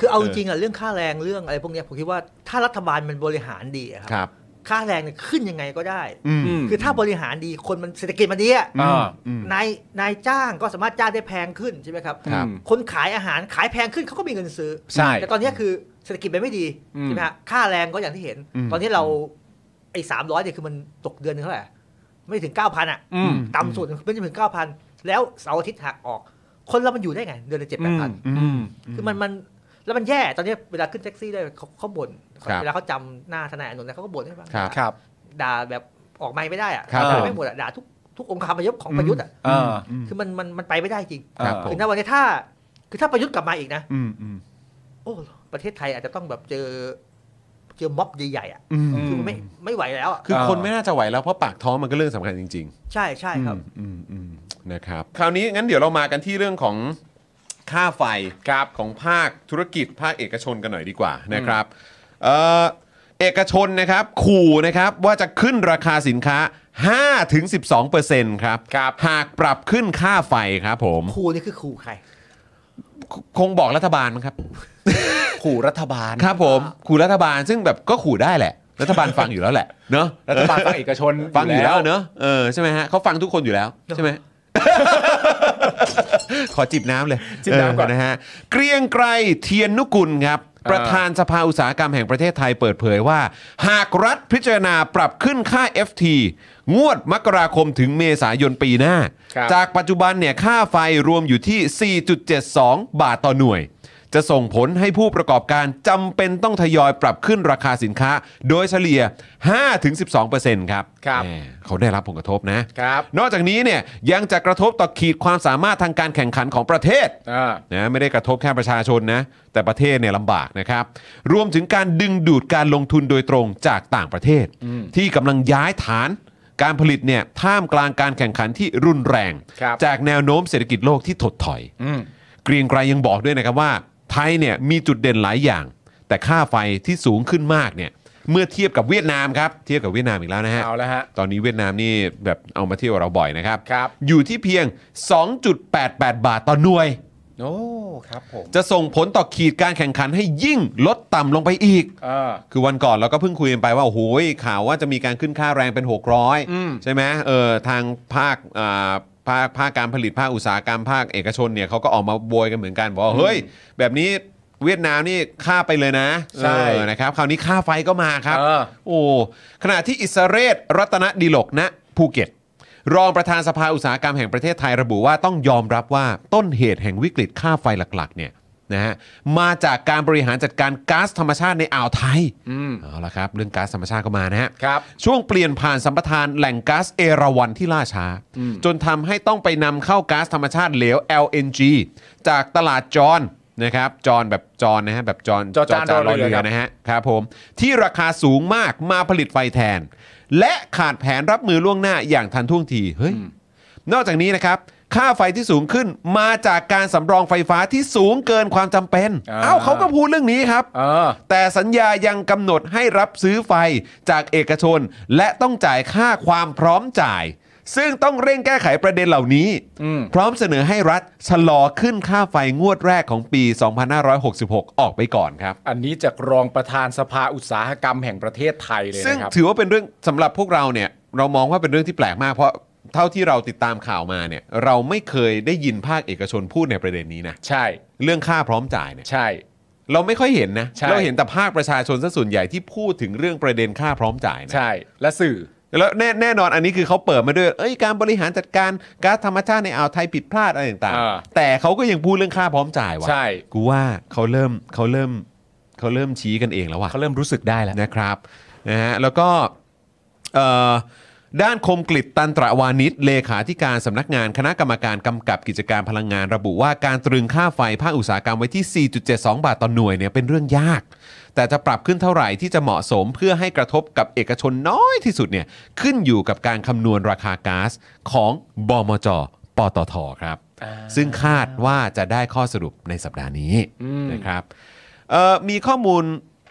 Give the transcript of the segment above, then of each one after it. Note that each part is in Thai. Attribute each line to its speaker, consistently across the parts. Speaker 1: คือเอา
Speaker 2: เอ
Speaker 1: จ
Speaker 2: อ
Speaker 1: ริงๆอะเรื่องค่าแรงเรื่องอะไรพวกเนี้ยผมคิดว่าถ้ารัฐบาลมันบริหารดีอะค
Speaker 2: ครับ รับ
Speaker 1: ค่าแรงเนี่ยขึ้นยังไงก็ได้
Speaker 2: อืม
Speaker 3: ม
Speaker 1: คือถ้าบริหารดีคนมันเศรษฐกิจมันดีอะ
Speaker 3: อ่า
Speaker 2: อืม
Speaker 1: นายนายจ้างก็สามารถจ้างได้แพงขึ้นใช่ไหมครับ
Speaker 2: ครับ
Speaker 1: คนขายอาหารขายแพงขึ้นเขาก็มีเงินซื้อ
Speaker 2: ใช่
Speaker 1: แต่ตอนเนี้ยคือเศรษฐกิจมันไม่ดี
Speaker 3: อืม
Speaker 1: ใช่ไหมฮะค่าแรงก็อย่างที่เห็น
Speaker 2: อืม
Speaker 1: ตอนนี้เราไอ้สามร้อยเนี่ยคือมันตกเดือนนึงเท่าไหร่ไม่ถึงเก้าพันอ่ะ
Speaker 3: อืม
Speaker 1: ต่ำสุดไม่ถึงเก้าพันแล้วเสาร์อาทิตย์หักออก คนเรามันอยู่ได้ไง เดือนละเจ็ดแปดพัน
Speaker 2: อืม
Speaker 1: คือมันมันแล้วมันแย่ตอนนี้เวลาขึ้นแท็กซี่ด้วยเขาเขาบ่น
Speaker 2: ครับ
Speaker 1: เวลาเขาจำหน้าทนายอานนท์นะเขาก็บ่นให้ฟัง
Speaker 2: ครับ
Speaker 3: ครับ
Speaker 1: ด่าแบบออกไม่ไม่ได้อะ
Speaker 2: ครับ
Speaker 1: ด่าไม่หมดอะด่าทุกทุกองค์คาพยพของประยุทธ์อะ
Speaker 3: อ่า
Speaker 2: ม
Speaker 1: คือมันมันมันไปไม่ได้จริง
Speaker 2: ครับ
Speaker 3: เออ
Speaker 2: ผม
Speaker 1: คือณวันนี้ถ้าคือถ้าประยุทธ์กลับมาอีกนะ
Speaker 2: อืมอืม
Speaker 1: โอ้ประเทศไทยอาจจะต้องแบบเจอเจอม็อบใหญ่ๆอะ
Speaker 2: อืม
Speaker 1: คือไม่ไม่ไหวแล้วอะ
Speaker 2: คือคนไม่น่าจะไหวแล้วเพราะปากท้องมันก็เรื่องสำคัญจริง ๆ
Speaker 1: ใช่ใช่ครับ
Speaker 2: อืมอืมอืมนะครับ คราวนี้งั้นเดี๋ยวเรามากันที่เรื่องของค่าไฟครับของภาคธุรกิจภาคเอกชนกันหน่อยดีกว่านะครับเอ่อเอกชนนะครับขู่นะครับว่าจะขึ้นราคาสินค้า 5-12%ครับครับหากปรับขึ้นค่าไฟครับผม
Speaker 1: ครูนี่คือครูใคร
Speaker 2: คงบอกรัฐบาลมั้งครับ
Speaker 3: ขู่รัฐบาล
Speaker 2: ครับผมขู่รัฐบาลซึ่งแบบก็ขู่ได้แหละ รัฐบาลฟังอยู่แล้วแหละเนาะ
Speaker 3: รัฐบาลฟังเอกชน
Speaker 2: ฟังอยู่แล้วเนาะเออใช่ไหมฮะเขาฟังทุกคนอยู่แล้วใช่ไหม ขอจิบน้ำเลย
Speaker 3: จิ้มน้ำก่อน
Speaker 2: เนะฮะเกรียงไกรเทียนนุกุลครับป
Speaker 3: อ่า
Speaker 2: ระธานสภาอุตสาหกรรมแห่งประเทศไทยเปิดเผยว่า หากรัฐพิจารณาปรับขึ้นค่า FT งวดมกราคมถึงเมษายนปีหน้า
Speaker 3: ครับ
Speaker 2: จากปัจจุบันเนี่ยค่าไฟรวมอยู่ที่ 4.72 บาทต่อหน่วย จะส่งผลให้ผู้ประกอบการจำเป็นต้องทยอยปรับขึ้นราคาสินค้า โดยเฉลี่ย 5-12%ครับ
Speaker 3: ครับ
Speaker 2: แหมเขาได้รับผลกระทบนะ
Speaker 3: ครับ
Speaker 2: นอกจากนี้เนี่ยยังจะกระทบต่อขีดความสามารถทางการแข่งขันของประเทศ
Speaker 3: อ่า
Speaker 2: นะไม่ได้กระทบแค่ประชาชนนะแต่ประเทศเนี่ยลำบากนะครับ รวมถึงการดึงดูดการลงทุนโดยตรงจากต่างประเทศ ที่กำลังย้ายฐานการผลิตเนี่ยท่ามกลางการแข่งขันที่รุนแรง
Speaker 3: ครับ
Speaker 2: จากแนวโน้มเศรษฐกิจโลกที่ถดถอย
Speaker 3: อืม
Speaker 2: เกรียงไกรยังบอกด้วยนะครับว่า ไทยเนี่ยมีจุดเด่นหลายอย่าง แต่ค่าไฟที่สูงขึ้นมากเนี่ยเมื่อเทียบกับเวียดนามครับเทียบกับเวียดนามอีกแล้วนะฮะ
Speaker 3: เอาแล้วฮะ
Speaker 2: ตอนนี้เวียดนามนี่แบบเอามาเที่ยวเราบ่อยนะครับ
Speaker 3: ครับ
Speaker 2: อยู่ที่เพียง 2.88 บาทต่อหน่วย
Speaker 3: โอ้ครับผม
Speaker 2: จะส่งผลต่อขีดการแข่งขันให้ยิ่งลดต่ำลงไปอีก
Speaker 3: เออ
Speaker 2: คือวันก่อนเราก็เพิ่งคุยกันไปว่าโอ้โหข่าวว่าจะมีการขึ้นค่าแรงเป็น
Speaker 3: อืม
Speaker 2: 600 ใช่ไหมเออทางภาคอ่าภาคภาคการผลิตภาคอุตสาหกรรมภาคเอกชนเนี่ยเขาก็ออกมาโวยกันเหมือนกันบอกว่าเฮ้ย แบบนี้เวียดนามนี่ค่าไปเลยนะ
Speaker 3: ใช่
Speaker 2: เออนะครับคราวนี้ค่าไฟก็มาครับ
Speaker 3: เออ
Speaker 2: โอ้ขณะที่อิสระเรศรัตนดิลกณภูเก็ต รองประธานสภาอุตสาหกรรมแห่งประเทศไทยระบุว่าต้องยอมรับว่าต้นเหตุแห่งวิกฤตค่าไฟหลักๆเนี่ยนะฮะมาจากการบริหารจัดการก๊าซธรรมชาติในอ่าวไทย
Speaker 3: อืม
Speaker 2: เอาละครับ เรื่องก๊าซธรรมชาติก็มานะฮะ
Speaker 3: ครับ
Speaker 2: ช่วงเปลี่ยนผ่านสัมปทานแหล่งก๊าซเอราวันที่ล่าช้า จนทำให้ต้องไปนำเข้าก๊าซธรรมชาติเหลว LNG จากตลาดจอนนะครับจอนแบบจอนนะฮะแบบจอน
Speaker 3: จอจานรอเรือครับ
Speaker 2: นะฮะครับผม ที่ราคาสูงมากมาผลิตไฟแทน และขาดแผนรับมือล่วงหน้าอย่างทันท่วงทีเฮ้ยนอกจากนี้นะครับค่าไฟที่สูงขึ้นมาจากการสำรองไฟฟ้าที่สูงเกินความจำเป็น
Speaker 3: อ่า
Speaker 2: เอ้าเขาก็พูดเรื่องนี้ครับ
Speaker 3: เออ
Speaker 2: แต่สัญญายังกำหนดให้รับซื้อไฟจากเอกชน และต้องจ่ายค่าความพร้อมจ่าย ซึ่งต้องเร่งแก้ไขประเด็นเหล่านี้
Speaker 3: อืม
Speaker 2: พร้อมเสนอให้รัฐชะลอขึ้นค่าไฟงวดแรกของปี 2566 ออกไปก่อนครับ
Speaker 3: อันนี้จากรองประธานสภาอุตสาหกรรมแห่งประเทศไทยเลย
Speaker 2: ซึ่ง
Speaker 3: นะครับ
Speaker 2: ถือว่าเป็นเรื่องสำหรับพวกเราเนี่ย เรามองว่าเป็นเรื่องที่แปลกมากเพราะเท่าที่เราติดตามข่าวมาเนี่ย เราไม่เคยได้ยินภาคเอกชนพูดในประเด็นนี้นะ
Speaker 3: ใช่
Speaker 2: เรื่องค่าพร้อมจ่ายเนี่ย
Speaker 3: ใช่
Speaker 2: เราไม่ค่อยเห็นนะ
Speaker 3: ใช่
Speaker 2: เราเห็นแต่ภาคประชาชนซะส่วนใหญ่ที่พูดถึงเรื่องประเด็นค่าพร้อมจ่ายนะ
Speaker 3: ใช่ และสื่อ
Speaker 2: แล้วแน่แน่นอนอันนี้คือเขาเปิดมาด้วย เอ้ยการบริหารจัดการก๊าซธรรมชาติในอ่าวไทยผิดพลาดอะไรต่าง
Speaker 3: อ่า
Speaker 2: ๆ แต่เขาก็ยังพูดเรื่องค่าพร้อมจ่ายว่ะ
Speaker 3: ใช่
Speaker 2: กูว่าเขาเริ่มเขาเริ่มเขาเริ่มชี้กันเองแล้วว่ะ
Speaker 3: เขาเริ่มรู้สึกได้แล้ว
Speaker 2: นะครับนะฮะแล้วก็เอ่อด้านคมกลิตตันตระวานิชเลขาธิการสำนักงานคณะกรรมการกำกับกิจการพลังงาน ระบุว่าการตรึงค่าไฟภาคอุตสาหกรรมไว้ที่ 4.72 บาทต่อหน่วยเนี่ยเป็นเรื่องยาก แต่จะปรับขึ้นเท่าไหร่ที่จะเหมาะสมเพื่อให้กระทบกับเอกชนน้อยที่สุดเนี่ยขึ้นอยู่กับการคำนวณราคาก๊าซของบมจ ปตทครับ ซึ่งคาดว่าจะได้ข้อสรุปในสัปดาห์นี้
Speaker 3: อืม
Speaker 2: นะครับเอ่อมีข้อมูล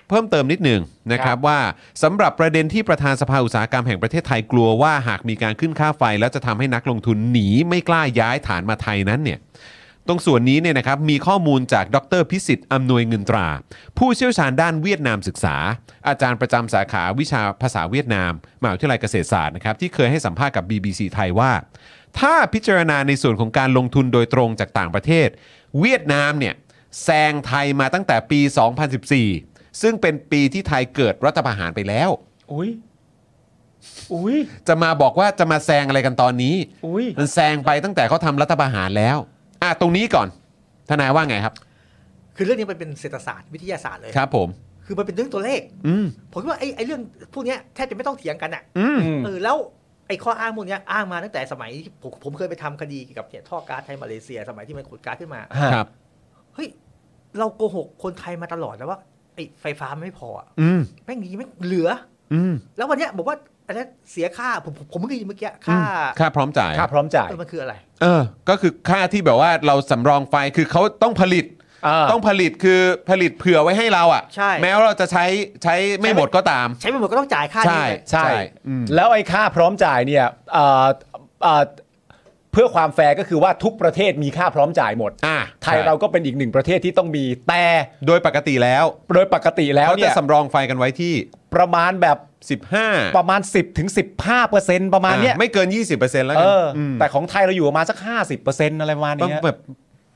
Speaker 2: เพิ่มเติมนิดหนึ่งนะค
Speaker 3: ครั
Speaker 2: รับบ ว่าสำหรับประเด็นที่ประธานสภาอุตสาหกรรมแห่งประเทศไทยกลัวว่าหากมีการขึ้นค่าไฟ แล้วจะทำให้นักลงทุนหนีไม่กล้าย้ายฐานมาไทยนั้นเนี่ย ตรงส่วนนี้เนี่ยนะครับมีข้อมูลจากดรพิสิทธิ์อำนวยเงินตรา ผู้เชี่ยวชาญด้านเวียดนามศึกษา อาจารย์ประจำสาขาวิชาภาษาเวียดนามมหาวิทยาลัยเกษตรศาสตร์นะครับที่เคยให้สัมภาษณ์กับ BBC ไทยว่า ถ้าพิจารณาในส่วนของการลงทุนโดยตรงจากต่างประเทศ เวียดนามเนี่ยแซงไทยมาตั้งแต่ปี 2014 ซึ่งเป็นปีที่ไทยเกิดรัฐประหารไปแล้ว
Speaker 3: อุ้ยอุ้ย
Speaker 2: จะมาบอกว่าจะมาแซงอะไรกันตอนนี้
Speaker 3: อุ้ย
Speaker 2: มันแซงไปตั้งแต่เขาทำรัฐประหารแล้ว อ่ะตรงนี้ก่อน ทนายว่าไงครับ
Speaker 1: คือเรื่องนี้มันเป็นเศรษฐศาสตร์วิทยาศาสตร์เลย
Speaker 2: ครับผม
Speaker 1: คือมันเป็นเรื่องตัวเลข
Speaker 2: อืม
Speaker 1: ผมคิดว่าไอ้ไอ้เรื่องพวกเนี้ยแทบจะไม่ต้องเถียงกันอ่ะ
Speaker 2: อืม
Speaker 3: อืม
Speaker 1: เออแล้วไอ้ข้ออ้างพวกเนี้ยอ้างมาตั้งแต่สมัยที่ผมผมเคยไปทำคดีเกี่ยวกับเนี่ยท่อก๊าซไทยมาเลเซีย สมัยที่มันขุดก๊าซขึ้นมา
Speaker 3: ฮะ
Speaker 2: ครับ
Speaker 1: เฮ้ยเราโกหกคนไทยมาตลอดนะว่าไอ้ไฟฟ้ามันไม่พออะ
Speaker 2: อืม
Speaker 1: แม่งดีแม่งเหลือ
Speaker 2: อืม
Speaker 1: แล้ววันเนี้ยบอกว่าอันนี้นเสียค่าผมผมผมเพิ่งได้ยินเมื่อกี้ค่า
Speaker 2: ค่าพร้อมจ่าย
Speaker 3: ค่าพร้อมจ่าย
Speaker 1: เออมันคืออะไร
Speaker 2: เออ ก็คือค่าที่แบบว่าเราสำรองไฟ คือเขาต้องผลิต
Speaker 3: เออ
Speaker 2: ต้องผลิตคือผลิตเผื่อไว้ให้เราอ่ะ
Speaker 1: ใช่
Speaker 2: แม้ว่าเราจะใช้ใช้ไม่หมดก็ตาม
Speaker 1: ใช้ไปหมดก็ต้องจ่ายค่า
Speaker 2: ใช่
Speaker 1: นี้
Speaker 3: ใช่
Speaker 2: ใช่อืม
Speaker 3: แล้วไอ้ค่าพร้อมจ่ายเนี่ยเอ่อเอ่อเพื่อความแฟร์ก็คือว่าทุกประเทศมีค่าพร้อมจ่ายหมด
Speaker 2: อ่ะ
Speaker 3: ไทยเราก็เป็นอีกหนึ่งประเทศที่ต้องมีแต่
Speaker 2: โดยปกติแล้ว
Speaker 3: โดยปกติแล้ว
Speaker 2: เขา
Speaker 3: เนี่
Speaker 2: จะ
Speaker 3: ย
Speaker 2: สำรองไฟกันไว้ที่
Speaker 3: ประมาณแบบ
Speaker 2: 15
Speaker 3: ประมาณ 10ถึง15เปอร์เซ็นต์ประมาณเนี้ย
Speaker 2: อ่ะไม่เกิน 20%แล้ว
Speaker 3: เอ
Speaker 2: กัน
Speaker 3: ออ
Speaker 2: ม
Speaker 3: แต่ของไทยเราอยู่ประมาณสัก 50เปอร์เซ็นต์อะไรประมาณ
Speaker 2: ต้อง
Speaker 3: เนี้ย
Speaker 2: แบบ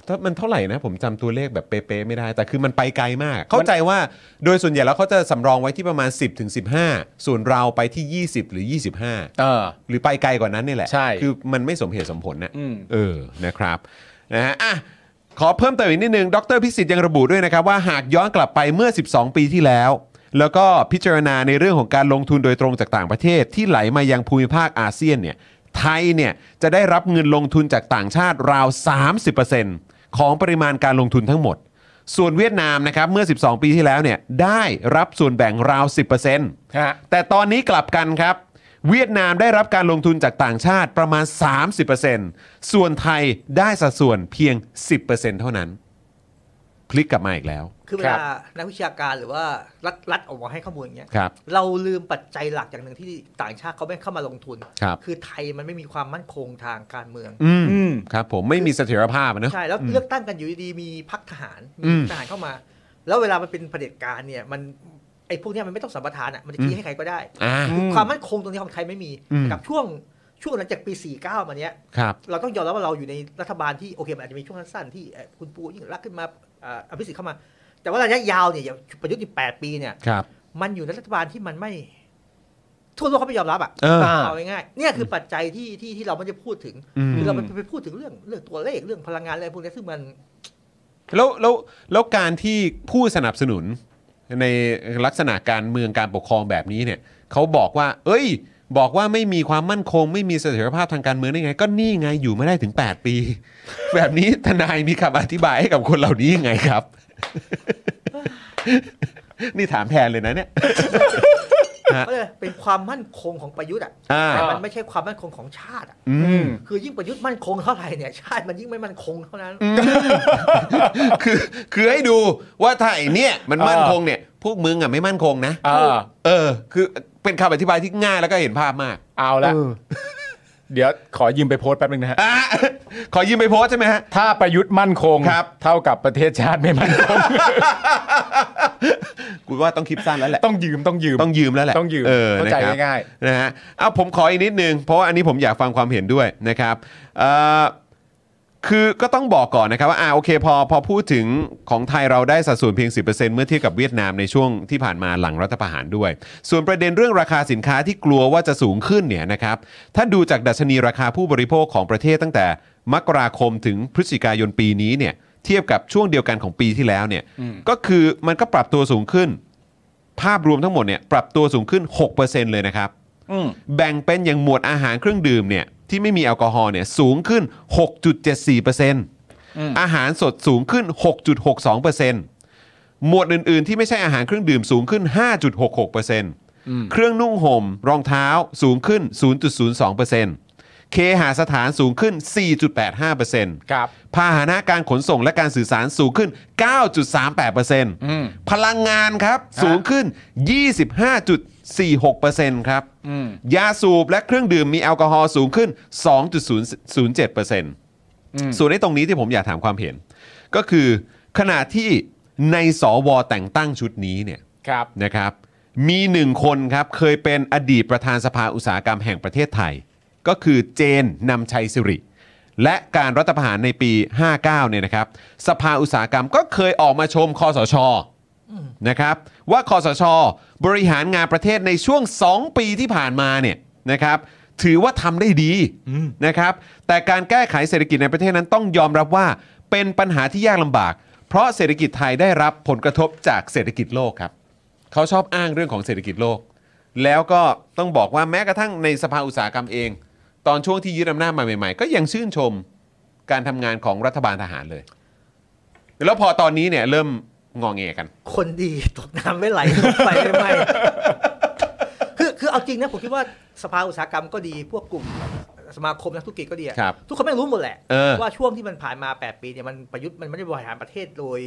Speaker 2: ถ้ามันเท่าไหร่นะ ผมจำตัวเลขแบบเป๊ะๆไม่ได้ แต่คือมันไปไกลมาก เข้าใจว่าโดยส่วนใหญ่แล้วเขาจะสำรองไว้ที่ประมาณ 10-15ถึง15ส่วนเราไปที่ 20 หรือ 25
Speaker 3: เออ
Speaker 2: หรือไปไกลกว่านั้นนี่แหละ
Speaker 3: ใช่
Speaker 2: คือมันไม่สมเหตุสมผลนะ
Speaker 3: อืม
Speaker 2: เออนะครับนะฮะอ่ะขอเพิ่มเติมอีกนิดนึง ดรพิสิทธิ์ยังระบุด้วยนะครับ ว่าหากย้อนกลับไปเมื่อ 12 ปีที่แล้ว แล้วก็พิจารณาในเรื่องของการลงทุนโดยตรงจากต่างประเทศ ที่ไหลมายังภูมิภาคอาเซียนเนี่ยไทยเนี่ยจะได้รับเงินลงทุนจากต่างชาติราว 30%ของปริมาณการลงทุนทั้งหมด ส่วนเวียดนามนะครับเมื่อ 12 ปีที่แล้วเนี่ยได้รับส่วนแบ่งราว 10%
Speaker 3: ฮะ
Speaker 2: แต่ตอนนี้กลับกันครับ เวียดนามได้รับการลงทุนจากต่างชาติประมาณ 30%ส่วนไทยได้สัดส่วนเพียง 10%เท่านั้น คลิกกลับมาอีกแล้ว
Speaker 1: คือเวลานักวิชาการหรือว่ารัฐรัฐออกมาให้ข้อมูลอย่างเงี้ย
Speaker 2: ครับ
Speaker 1: เราลืมปัจจัยหลักอย่างหนึ่งที่ต่างชาติเขาไม่เข้ามาลงทุน
Speaker 2: ครับ
Speaker 1: อไทยมันไม่มีความมั่นคงทางการเมือง
Speaker 2: อืม
Speaker 3: อืม
Speaker 2: ครับผมไม่มีเสถียรภาพอะเนอะ
Speaker 1: ใช่แล้วเลือกตั้งกันอยู่ดีๆมีพักทหาร
Speaker 2: อื
Speaker 1: มี
Speaker 2: ม
Speaker 1: ทหารเข้ามา แล้วเวลามันเป็นเผด็จการเนี่ยมันไอ้พวกเนี้ยมันไม่ต้องสัมปทานอ่ะมันจะ
Speaker 2: อืม
Speaker 1: ชี้ให้ใครก็ได้
Speaker 2: อ่า
Speaker 3: ม
Speaker 1: ความมั่นคงตรงนี้ของไทยไม่มี
Speaker 2: อืม
Speaker 1: กับช่วงช่วงหลังจากปี 49 มาเนี้ย
Speaker 2: ครับ
Speaker 1: เราต้องยอมรับว่าเราอยู่ในรัฐบาลที่โอเคมันอาจจะมีช่วงสั้นๆที่เอ่อคุณปูยิ่งรักษณ์ขึ้นมาเอ่ออภิสิทธิ์เข้ามา แต่ว่าระยะยาวเนี่ยอย่างประยุทธ์อยู่8ปีเนี่ย
Speaker 2: ครับ
Speaker 1: มันอยู่ในรัฐบาลที่มันไม่ ทั่วโลกเขาไม่ยอมรับอ่ะ
Speaker 2: เออ
Speaker 3: อ่า
Speaker 1: เอาง่ายๆเนี่ยคือปัจจัยที่ที่ที่เราไม่ได้พูดถึง
Speaker 2: อืม
Speaker 1: คือเราไปไปพูดถึงเรื่องเรื่องตัวเลขเรื่องพลังงานอะไรพวกเนี้ยซึ่งมัน
Speaker 2: แล้วแล้วแล้วการที่ผู้สนับสนุนในลักษณะการเมืองการปกครองแบบนี้เนี่ยเขาบอกว่า เอ้ย บอกว่าไม่มีความมั่นคง ไม่มีเสถียรภาพทางการเมืองได้ไง ก็นี่ไงอยู่ไม่ได้ถึง 8 ปี แบบนี้ทนายมีคำอธิบายให้กับคนเหล่านี้ยังไงครับ นี่ถามแทนเลยนะเนี่ย ฮะ
Speaker 1: ก็เลยเป็นความมั่นคงของประยุทธ์อ่ะ
Speaker 2: อ่า
Speaker 1: แต่มันไม่ใช่ความมั่นคงของชาติอ่ะ
Speaker 2: อืม
Speaker 1: คือยิ่งประยุทธ์มั่นคงเท่าไหร่เนี่ยชาติมันยิ่งไม่มั่นคงเท่านั้น
Speaker 2: คือคือให้ดูว่าถ้าไอเนี่ยมันมั่นคงเนี่ย พวกมึงอ่ะไม่มั่นคงนะ
Speaker 3: เออ
Speaker 2: เออ คือเป็นคำอธิบายที่ง่ายแล้วก็เห็นภาพมาก
Speaker 3: เอาละเดี๋ยวขอยืมไปโพสต์แป๊บนึงนะฮะ
Speaker 2: อ่ะ ขอยืมไปโพสต์ใช่ไหมฮะ
Speaker 3: ถ้าประยุทธ์มั่นคง
Speaker 2: ครับ
Speaker 3: เท่ากับประเทศชาติไม่มั่นคง
Speaker 2: กูว่าต้องคลิปสั้นแล้วแหละ
Speaker 3: ต้องยืมต้องยืม
Speaker 2: ต้องยืมแล้วแหละ
Speaker 3: ต้องยืม
Speaker 2: เออ
Speaker 3: เข้าใจ
Speaker 2: นะครับ
Speaker 3: ง่าย
Speaker 2: นะฮะเอาผมขออีกนิดนึง เพราะว่าอันนี้ผมอยากฟังความเห็นด้วยนะครับเอ่อคือก็ต้องบอกก่อนนะครับว่าอ่าโอเคพอพอพูดถึงของไทยเราได้สัดส่วนเพียง 10%เมื่อเทียบกับเวียดนามในช่วงที่ผ่านมาหลังรัฐประหารด้วย ส่วนประเด็นเรื่องราคาสินค้าที่กลัวว่าจะสูงขึ้นเนี่ยนะครับถ้าดูจากดัชนีราคาผู้บริโภคของประเทศตั้งแต่มกราคมถึงพฤศจิกายนปีนี้เนี่ยเทียบกับช่วงเดียวกันของปีที่แล้วเนี่ย
Speaker 3: อืม
Speaker 2: ก็คือมันก็ปรับตัวสูงขึ้น ภาพรวมทั้งหมดเนี่ยปรับตัวสูงขึ้น 6%เลยนะครับ
Speaker 3: อืม
Speaker 2: แบ่งเป็นอย่างหมวดอาหารเครื่องดื่มเนี่ยที่ไม่มีแอลกอฮอล์เนี่ยสูงขึ้น 6.74%อาหารสดสูงขึ้น 6.62%หมวดอื่น ๆ ที่ไม่ใช่อาหารเครื่องดื่มสูงขึ้น 5.66%เครื่องนุ่งห่มรองเท้าสูงขึ้น 0.02%เคหาสถานสูงขึ้น 4.85%
Speaker 3: ครับ
Speaker 2: พาหนะการขนส่งและการสื่อสารสูงขึ้น
Speaker 3: ม
Speaker 2: 9.38%พลังงานครับ
Speaker 3: ฮะ
Speaker 2: สูงขึ้น 25.46%ครับ
Speaker 3: อืม
Speaker 2: ยาสูบและเครื่องดื่มมีแอลกอฮอล์สูงขึ้น 2.007% ส่วนในตรงนี้ที่ผมอยากถามความเห็น ก็คือขณะที่ในสวแต่งตั้งชุดนี้เนี่ย
Speaker 3: ครับ
Speaker 2: นะครับมีหนึ่งคนครับเคยเป็นอดีตประธานสภาอุตสาหกรรมแห่งประเทศไทย ก็คือเจนนำชัยสิริ และการรัฐประหารในปี 59เนี่ยนะครับสภาอุตสาหกรรมก็เคยออกมาชมคอสชนะครับว่าคอสช บริหารงานประเทศในช่วง 2 ปีที่ผ่านมาเนี่ยนะครับถือว่าทำได้ดีนะครับแต่การแก้ไขเศรษฐกิจในประเทศนั้นต้องยอมรับว่าเป็นปัญหาที่ยากลำบาก เพราะเศรษฐกิจไทยได้รับผลกระทบจากเศรษฐกิจโลกครับ เขาชอบอ้างเรื่องของเศรษฐกิจโลก แล้วก็ต้องบอกว่าแม้กระทั่งในสภาอุตสาหกรรมเอง ตอนช่วงที่ยึดอำนาจมาใหม่ๆ ก็ยังชื่นชมการทำงานของรัฐบาลทหารเลย แล้วพอตอนนี้เนี่ยเริ่มงองเงกัน
Speaker 1: คนดีตกน้ำไม่ไหลตกไฟไม่ไห ม้คือคือเอาจริงนะผมคิดว่าสภาอุตสาหกรรมก็ดีพวกกลุ่มสมาคมนักธุรกิจก็ดีอะ
Speaker 2: ครับ
Speaker 1: ทุกคนไม่งรู้หมดแหละ
Speaker 2: เออ
Speaker 1: ว่าช่วงที่มันผ่านมา 8 ปีเนี่ยมันประยุทธ์มันไม่ได้บริหารประเทศโดย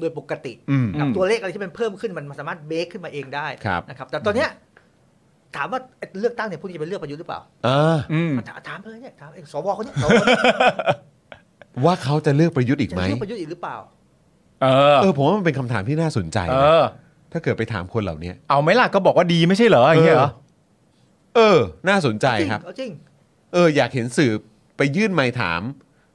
Speaker 1: โดยปกติ
Speaker 2: อืม
Speaker 1: กับ
Speaker 3: อืม
Speaker 1: ตัวเลขอะไรที่มันเพิ่มขึ้นมันสามารถเบรกขึ้นมาเองได้
Speaker 2: ครับ
Speaker 1: นะครับแต่ตอนเนี้ยถามว่าเลือกตั้งเนี่ยพวกนี้จะไปเลือกประยุทธ์หรือเปล่า
Speaker 2: เออ
Speaker 3: อืม
Speaker 1: ถามถามเลยเนี่ยถามไอ้สวคนเนี้ยสวคนเนี้ย
Speaker 2: ว่าเขาจะเลือกประยุทธ์อีก
Speaker 1: จะ
Speaker 2: ไหม
Speaker 1: เลือกประยุทธ์อีกหรือเปล่า
Speaker 3: เออ
Speaker 2: เออผมว่ามันเป็นคำถามที่น่าสนใจ
Speaker 3: เอ
Speaker 2: นะ
Speaker 3: อ
Speaker 2: ถ้าเกิดไปถามคนเหล่านี้
Speaker 3: เอาไหมล่ะก็บอกว่าดีไม่ใช่เหรออย่างเงี้ยเหรอ
Speaker 2: เออ น่าสนใจ
Speaker 1: จริง
Speaker 2: ครับ
Speaker 1: เอาจริง
Speaker 2: เออ อยากเห็นสื่อไปยื่นไมค์ถาม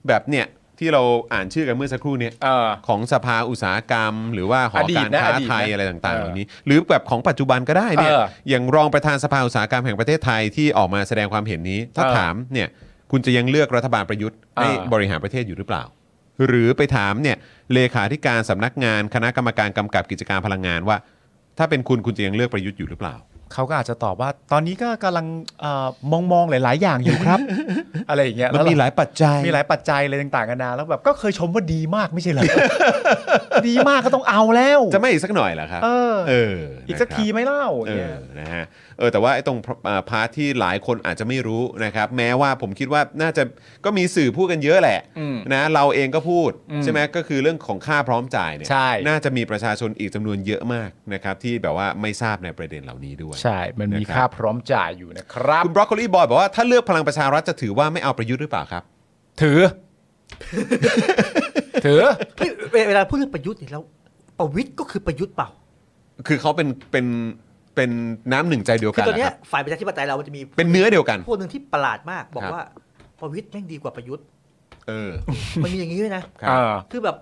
Speaker 2: แบบเนี่ยที่เราอ่านชื่อกันเมื่อสักครู่เนี่ย
Speaker 3: เออ
Speaker 2: ของสภาอุตสาหกรรม หรือว่าหอ
Speaker 3: อดี
Speaker 2: การ
Speaker 3: ตนะ
Speaker 2: ค้า
Speaker 3: อดีต
Speaker 2: ไทย
Speaker 3: นะ
Speaker 2: อะไรต่างๆ
Speaker 3: เออ
Speaker 2: เหล่านี้ หรือแบบของปัจจุบันก็ได้เนี่ย
Speaker 3: เออ
Speaker 2: อย่างรองประธานสภาอุตสาหกรรมแห่งประเทศไทยที่ออกมาแสดงความเห็นนี้ ถ้า
Speaker 3: เออ
Speaker 2: ถามเนี่ยคุณจะยังเลือกรัฐบาลประยุทธ์ให้
Speaker 3: เออ
Speaker 2: บริหารประเทศอยู่หรือเปล่า หรือไปถามเนี่ยเลขาธิการสำนักงานคณะกรรมการกำกับกิจการพลังงานว่า ถ้าเป็นคุณคุณจะยังเลือกประยุทธ์อยู่หรือเปล่า
Speaker 3: เขาก็อาจจะตอบว่า ตอนนี้ก็กำลังเอ่อมองมองหลาย ๆ อย่างอยู่ครับ อะไรอย่างเงี้ย
Speaker 2: มัน
Speaker 3: แล้ว
Speaker 2: มีหลายปัจจัย
Speaker 3: มีหลายปัจจัยอะไรต่างๆกันานาแล้วแบบก็เคยชมว่าดีมากไม่ใช่เหรอ ดีมากก็ต้องเอาแล้ว
Speaker 2: จะไม่อีกสักหน่อยเหรอครับ
Speaker 3: เออ
Speaker 2: เออ
Speaker 3: อี
Speaker 2: อี
Speaker 3: กสักทีไหม่เล่า
Speaker 2: เอ
Speaker 3: เนี่ย
Speaker 2: อ นะฮะ เออ แต่ว่าไอ้ตรงอ่าพาร์ทที่หลายคนอาจจะไม่รู้นะครับ แม้ว่าผมคิดว่าน่าจะก็มีสื่อพูดกันเยอะแหละ
Speaker 3: อืม
Speaker 2: นะ เราเองก็พูด
Speaker 3: อืม
Speaker 2: ใช่ไหมก็คือเรื่องของค่าพร้อมจ่ายเนี่ย
Speaker 3: ใช่
Speaker 2: น่าจะมีประชาชนอีกจำนวนเยอะมากนะครับที่แบบว่าไม่ทราบในประเด็นเหล่านี้ด้วย
Speaker 3: ใช่ มันมี
Speaker 2: นะครับ
Speaker 3: ค่าพร้อมจ่ายอยู่นะครับ
Speaker 2: คุณบรอกโคลีบอยบอกว่าถ้าเลือกพลังประชารัฐจะถือว่าไม่เอาประยุทธ์หรือเปล่าครับ
Speaker 3: ถือ ถือ
Speaker 1: เฮ้ยเวเวลาพูดเรื่องประยุทธ์เนี่ยแล้วประวิทย์ก็คือประยุทธ์เปล่า
Speaker 2: คือเขาเป็นเป็นเป็นน้ำหนึ่งใจเดียว
Speaker 1: คื
Speaker 2: กั
Speaker 1: อน ตอนเนี้
Speaker 2: นะค
Speaker 1: ย
Speaker 2: รับ
Speaker 1: ฝ่ายประชาธิปไตยเรามันจะมี
Speaker 2: เป็นเนื้อเดียวกัน
Speaker 1: พวกหนึ่งที่ประหลาดมากบอก
Speaker 2: ครับ
Speaker 1: ว่าประวิทย์แม่งดีกว่าประยุทธ์
Speaker 2: เออ
Speaker 1: มันมีอย่างนี้ด้วยนะ
Speaker 2: ครับ
Speaker 3: เออ
Speaker 1: คือแบบ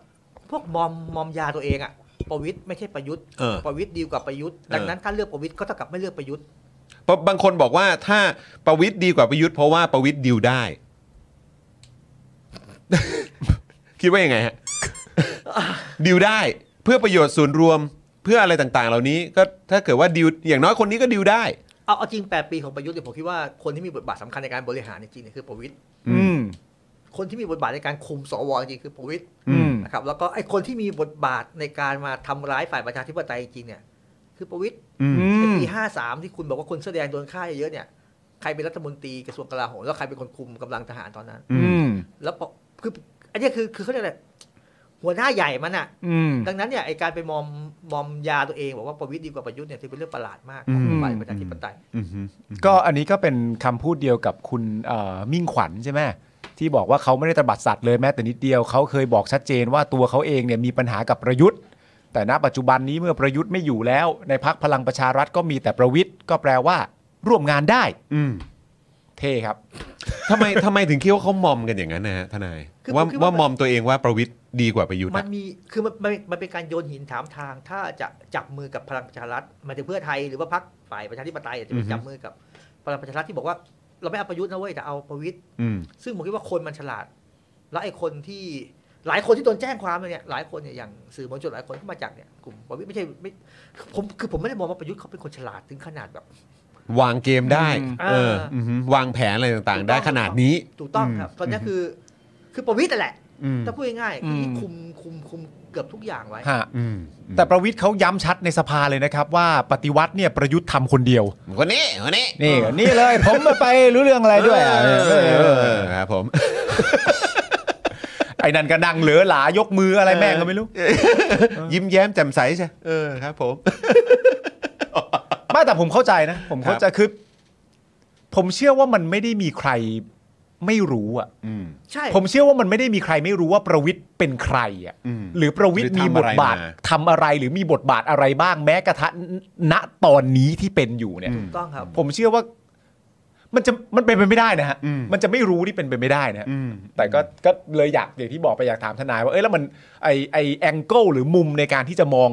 Speaker 1: พวกมอมมอมยาตัวเองอะประวิทย์ไม่ใช่ประยุทธ์
Speaker 2: เออ
Speaker 1: ประวิทย์ดีกว่าประยุทธ์ดังนั้นถ้าเลือกประวิทย์ก็เท่ากับไม่เลือกประยุทธ์
Speaker 2: เพราะบางคนบอกว่าถ้าประวิทย์ดีกว่าประยุทธ์เพราะว่าประวิทย์ดิวได้ คิดว่ายังไงฮะ ดิวได้เพื่อประโยชน์ส่วนรวมเพื่ออะไรต่างๆ เหล่านี้ก็ถ้าเกิดว่าดิวอย่างน้อยคนนี้ก็ดิวได้
Speaker 1: เอาเอาจริง 8 ปีของประยุทธ์เนี่ยผมคิดว่าคนที่มีบทบาทสำคัญในการบริหารจริงๆเนี่ยคือประวิทย์
Speaker 3: อืม
Speaker 1: คนที่มีบทบาทในการคุมสวจริงๆคือประวิทย์
Speaker 3: อืม
Speaker 1: นะครับแล้วก็ไอ้คนที่มีบทบาทในการมาทำร้ายฝ่ายประชาธิปไตยจริงๆเนี่ยคือประวิทย์
Speaker 2: อืม
Speaker 1: ในปีห้าสามที่คุณบอกว่าคนเสื้อแดงโดนฆ่าเยอะๆเนี่ยใครเป็นรัฐมนตรีกระทรวงกลาโหมแล้วใครเป็นคนคุมกำลังทหารตอนนั้น
Speaker 2: อื
Speaker 3: ม
Speaker 1: แล้วปะคืออันเนี้ยคือคือเขาเรียกอะไรหัวหน้าใหญ่มันอะ
Speaker 3: อืม
Speaker 1: ดังนั้นเนี่ยไอการไปมอมมอมยาตัวเองบอกว่าประวิตรดีกว่าประยุทธ์เนี่ยถือเป็นเรื่องประหลาดมากของ
Speaker 2: อืม
Speaker 1: ฝ่ายประชาธิปไตย
Speaker 2: อืมอืม
Speaker 3: ก็อันนี้ก็เป็นคำพูดเดียวกับคุณเอ่อมิ่งขวัญใช่ไหมที่บอกว่าเขาไม่ได้ตบัดสัตว์เลยแม้แต่นิดเดียวเขาเคยบอกชัดเจนว่าตัวเขาเองเนี่ยมีปัญหากับประยุทธ์ แต่ณปัจจุบันนี้เมื่อประยุทธ์ไม่อยู่แล้ว ในพักพลังประชารัฐก็มีแต่ประวิทย์ก็แปลว่า ร่วมงานได้
Speaker 2: อืม
Speaker 3: เท่ครับ
Speaker 2: ทำไมทำไมถึงคิดว่าเขามอมกันอย่างนั้นนะฮะทนาย
Speaker 1: คือ
Speaker 2: ว่า
Speaker 1: ผมคิด
Speaker 2: ว่ามอมตัวเองว่าประวิทย์ดีกว่าประยุทธ์
Speaker 1: มั
Speaker 2: อะ
Speaker 1: นมีคือมันมันมันเป็นการโยนหินถามทาง ถ้าจะจับมือกับพลังประชารัฐหมายถึงเพื่อไทยหรือว่าพรรคฝ่ายประชาธิปไตยอาจจะไปจับมือกับพลังประชารัฐที่บอกว่า เราไม่เอาประยุทธ์นะเว้ยแต่เอาประวิตร
Speaker 2: อืม
Speaker 1: ซึ่งผมคิดว่าคนมันฉลาด แล้วไอ้คนที่หลายคนที่โดนแจ้งความเนี่ยหลายคนเนี่ยอย่างสื่อมวลชนหลายคนที่มาจากเนี่ยกลุ่มประวิตรไม่ใช่ไม่ผมคือผมไม่ได้มองว่าประยุทธ์เขาเป็นคนฉลาดถึงขนาดแบบ
Speaker 2: วางเกมได้
Speaker 3: อืม
Speaker 2: เออ
Speaker 1: เอออื
Speaker 2: มฮึวางแผนอะไรต่างๆ ได้ขนาดนี้
Speaker 1: ถูกต้องครับตอนเนี้ยคือ คือประวิตรนั่นแหละ
Speaker 2: อืม
Speaker 1: ถ้าพูดง่ายๆคือที่
Speaker 3: อืม
Speaker 1: คุมคุมคุมเกือบทุกอย่างไว้
Speaker 3: ฮะ
Speaker 2: อืม
Speaker 3: แต่ประวิทย์เขาย้ำชัดในสภาเลยนะครับ ว่าปฏิวัติเนี่ยประยุทธ์ทำคนเดียว
Speaker 2: คนนี้คนนี้
Speaker 3: นี่นี่เลยผมมาไปรู้เรื่องอะไรด้วยอะ
Speaker 2: เออ
Speaker 3: เออเออ
Speaker 2: เอ
Speaker 3: เอ
Speaker 2: อ
Speaker 3: อ
Speaker 2: ครับผม
Speaker 3: ไอ้นั่นก็นั่งเหลือหลายกมืออะไรแม่งก็ไม่รู้
Speaker 2: ยิ้มแย้มแจ่มใสใช่เออครับผม
Speaker 3: ไม่แต่ผมเข้าใจนะ ผมเข้าใจคือ ผมเชื่อว่ามันไม่ได้มีใคร ไม่รู้อ่ะ
Speaker 2: อืม
Speaker 1: ใช่
Speaker 3: ผมเชื่อว่ามันไม่ได้มีใครไม่รู้ว่าประวิทย์เป็นใครอ่ะ
Speaker 2: อืม
Speaker 3: หรือประวิทย์มีบทบาท
Speaker 2: หรือทำอะไรมา
Speaker 3: ทำอะไรหรือมีบทบาทอะไรบ้างแม้กระทั่งณตอนนี้ที่เป็นอยู่เนี่ย
Speaker 1: ถูกต้องครับ
Speaker 3: ผมเชื่อว่ามันจะมันเป็นไปไม่ได้นะฮะ
Speaker 2: อืม
Speaker 3: มันจะไม่รู้นี่เป็นไปไม่ได้นะฮะ
Speaker 2: อืม
Speaker 3: แต่ก็ก็เลยอยากอย่างที่บอกไปอยากถามทนายว่าเอ้ยแล้วมันไอไอแองเกิลหรือมุมในการที่จะมอง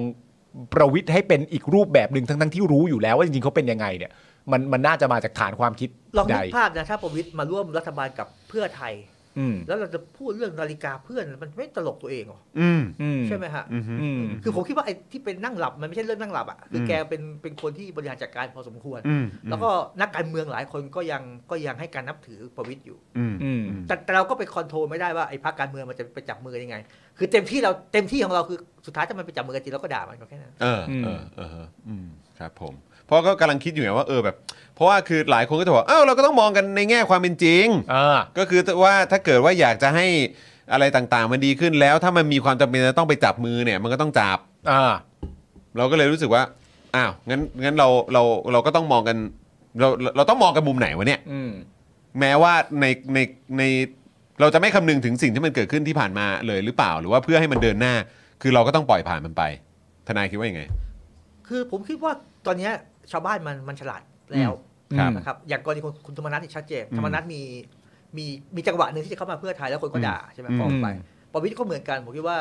Speaker 3: ประวิทย์ให้เป็นอีกรูปแบบหนึ่งทั้งทั้งที่รู้อยู่แล้วว่าจริงๆเขาเป็นยังไงเนี่ย มันมันน่าจะมาจากฐานความคิด
Speaker 1: ลอง
Speaker 3: ใด
Speaker 1: นึกภาพนะถ้าประวิตยมาร่วมรัฐบาลกับเพื่อไทย
Speaker 3: อืม
Speaker 1: แล้วเราจะพูดเรื่องนาฬิกาเพื่อนมันไม่ตลกตัวเองเหรอ
Speaker 2: อืม
Speaker 3: อื
Speaker 1: ใช่ไหมฮะ
Speaker 2: อืม
Speaker 3: อืม
Speaker 1: คือผมคิดว่าไอ้ที่เป็นนั่งหลับมันไม่ใช่เรื่องนั่งหลับอ่ะคือแกเป็นเป็นคนที่บริหารจัดการพอสมควร
Speaker 2: อืม
Speaker 1: แล้วก็นักการเมืองหลายคนก็ยังก็ยังให้การนับถือประวิตยอยู่
Speaker 2: อืม
Speaker 3: อืม
Speaker 1: แต่แต่เราก็ไปคอนโทรลไม่ได้ว่าไอ้พรรคการเมืองมันจะไปจับมือกันยังไง คือเต็มที่เราเต็มที่ของเราคือสุดท้ายถ้ามันไปจับมือกันจริงเราก็ด่ามันก็แค่นั้น
Speaker 2: เออเออเออเอออืมครับผม เพราะก็กำลังคิดอยู่ไงว่าเออแบบ เพราะว่าคือหลายคนก็จะบอกเอ้าเราก็ต้องมองกันในแง่ความเป็นจริง
Speaker 3: อ่า
Speaker 2: ก็คือว่าถ้าเกิดว่าอยากจะให้อะไรต่างๆ มันดีขึ้นแล้ว ถ้ามันมีความจำเป็นจะต้องไปจับมือเนี่ย มันก็ต้องจับ
Speaker 3: อ่า
Speaker 2: เราก็เลยรู้สึกว่า อ้าว งั้น งั้นเรา เรา เราก็ต้องมองกัน เรา เราต้องมองกันมุมไหนวะเนี่ย
Speaker 3: อืม
Speaker 2: แม้ว่าใน ใน ใน เราจะไม่คำนึงถึงสิ่งที่มันเกิดขึ้นที่ผ่านมาเลยหรือเปล่า หรือว่าเพื่อให้มันเดินหน้า คือเราก็ต้องปล่อยผ่านมันไป ทนายคิดว่ายังไง
Speaker 1: คือผมคิดว่าตอนเนี้ยชาวบ้านมันมันฉลาดแล้ว
Speaker 3: ครับ
Speaker 1: นะครับอย่างกรณีคุณคุณธรรมนัฐนี่ชัดเจน
Speaker 2: อืม
Speaker 1: ธรรมนัฐมีมีมีจังหวะหนึ่งที่จะเข้ามาเพื่อไทยแล้วคนก็ด่าใช่ไหม
Speaker 2: อืม
Speaker 1: ฟ้องไปประวิตยก็เหมือนกันผมคิดว่า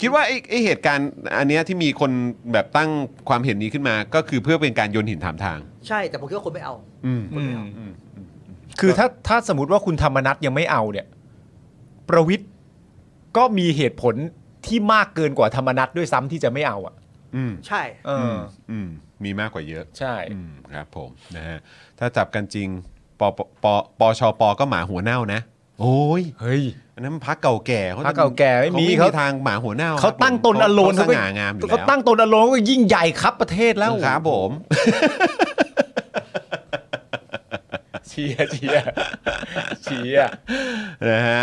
Speaker 2: คิดว่าไอ้ไอ้เหตุการณ์อันเนี้ยที่มีคนแบบตั้งความเห็นนี้ขึ้นมา ก็คือเพื่อเป็นการโยนหินถามทาง
Speaker 1: ใช่แต่ผมคิดว่าคนไม่เอา
Speaker 2: อืม
Speaker 1: คนไม่เอา
Speaker 2: อืม
Speaker 3: คือถ้าถ้าสมมติว่าคุณธรรมนัตยังไม่เอาเนี่ย ประวิทย์ก็มีเหตุผลที่มากเกินกว่าธรรมนัตด้วยซ้ำที่จะไม่เอาอ่ะ
Speaker 2: อืม
Speaker 1: ใช่
Speaker 3: เอออ
Speaker 2: อืม มีมากกว่าเยอะ
Speaker 3: ใช่
Speaker 2: อืมครับผมนะฮะถ้าจับกันจริงปปปปชปก็หมาหัวเน่านะ โอ้ย
Speaker 3: เฮ้ย
Speaker 2: อันนั้นมันพักเก่าแก่เขา
Speaker 3: พรรคเก่าแก่ไม่มี
Speaker 2: เขาไม่
Speaker 3: เขา
Speaker 2: มีทางหมาหัวเน่า
Speaker 3: เขาตั้งตนอโลน
Speaker 2: เขาสง่างามอยู่แล้ว
Speaker 3: เขาตั้งตนอโลนก็ยิ่งใหญ่ครับประเทศแล้ว
Speaker 2: ครับผม
Speaker 3: เชียร์เชียร์เชียร์
Speaker 2: นะฮะ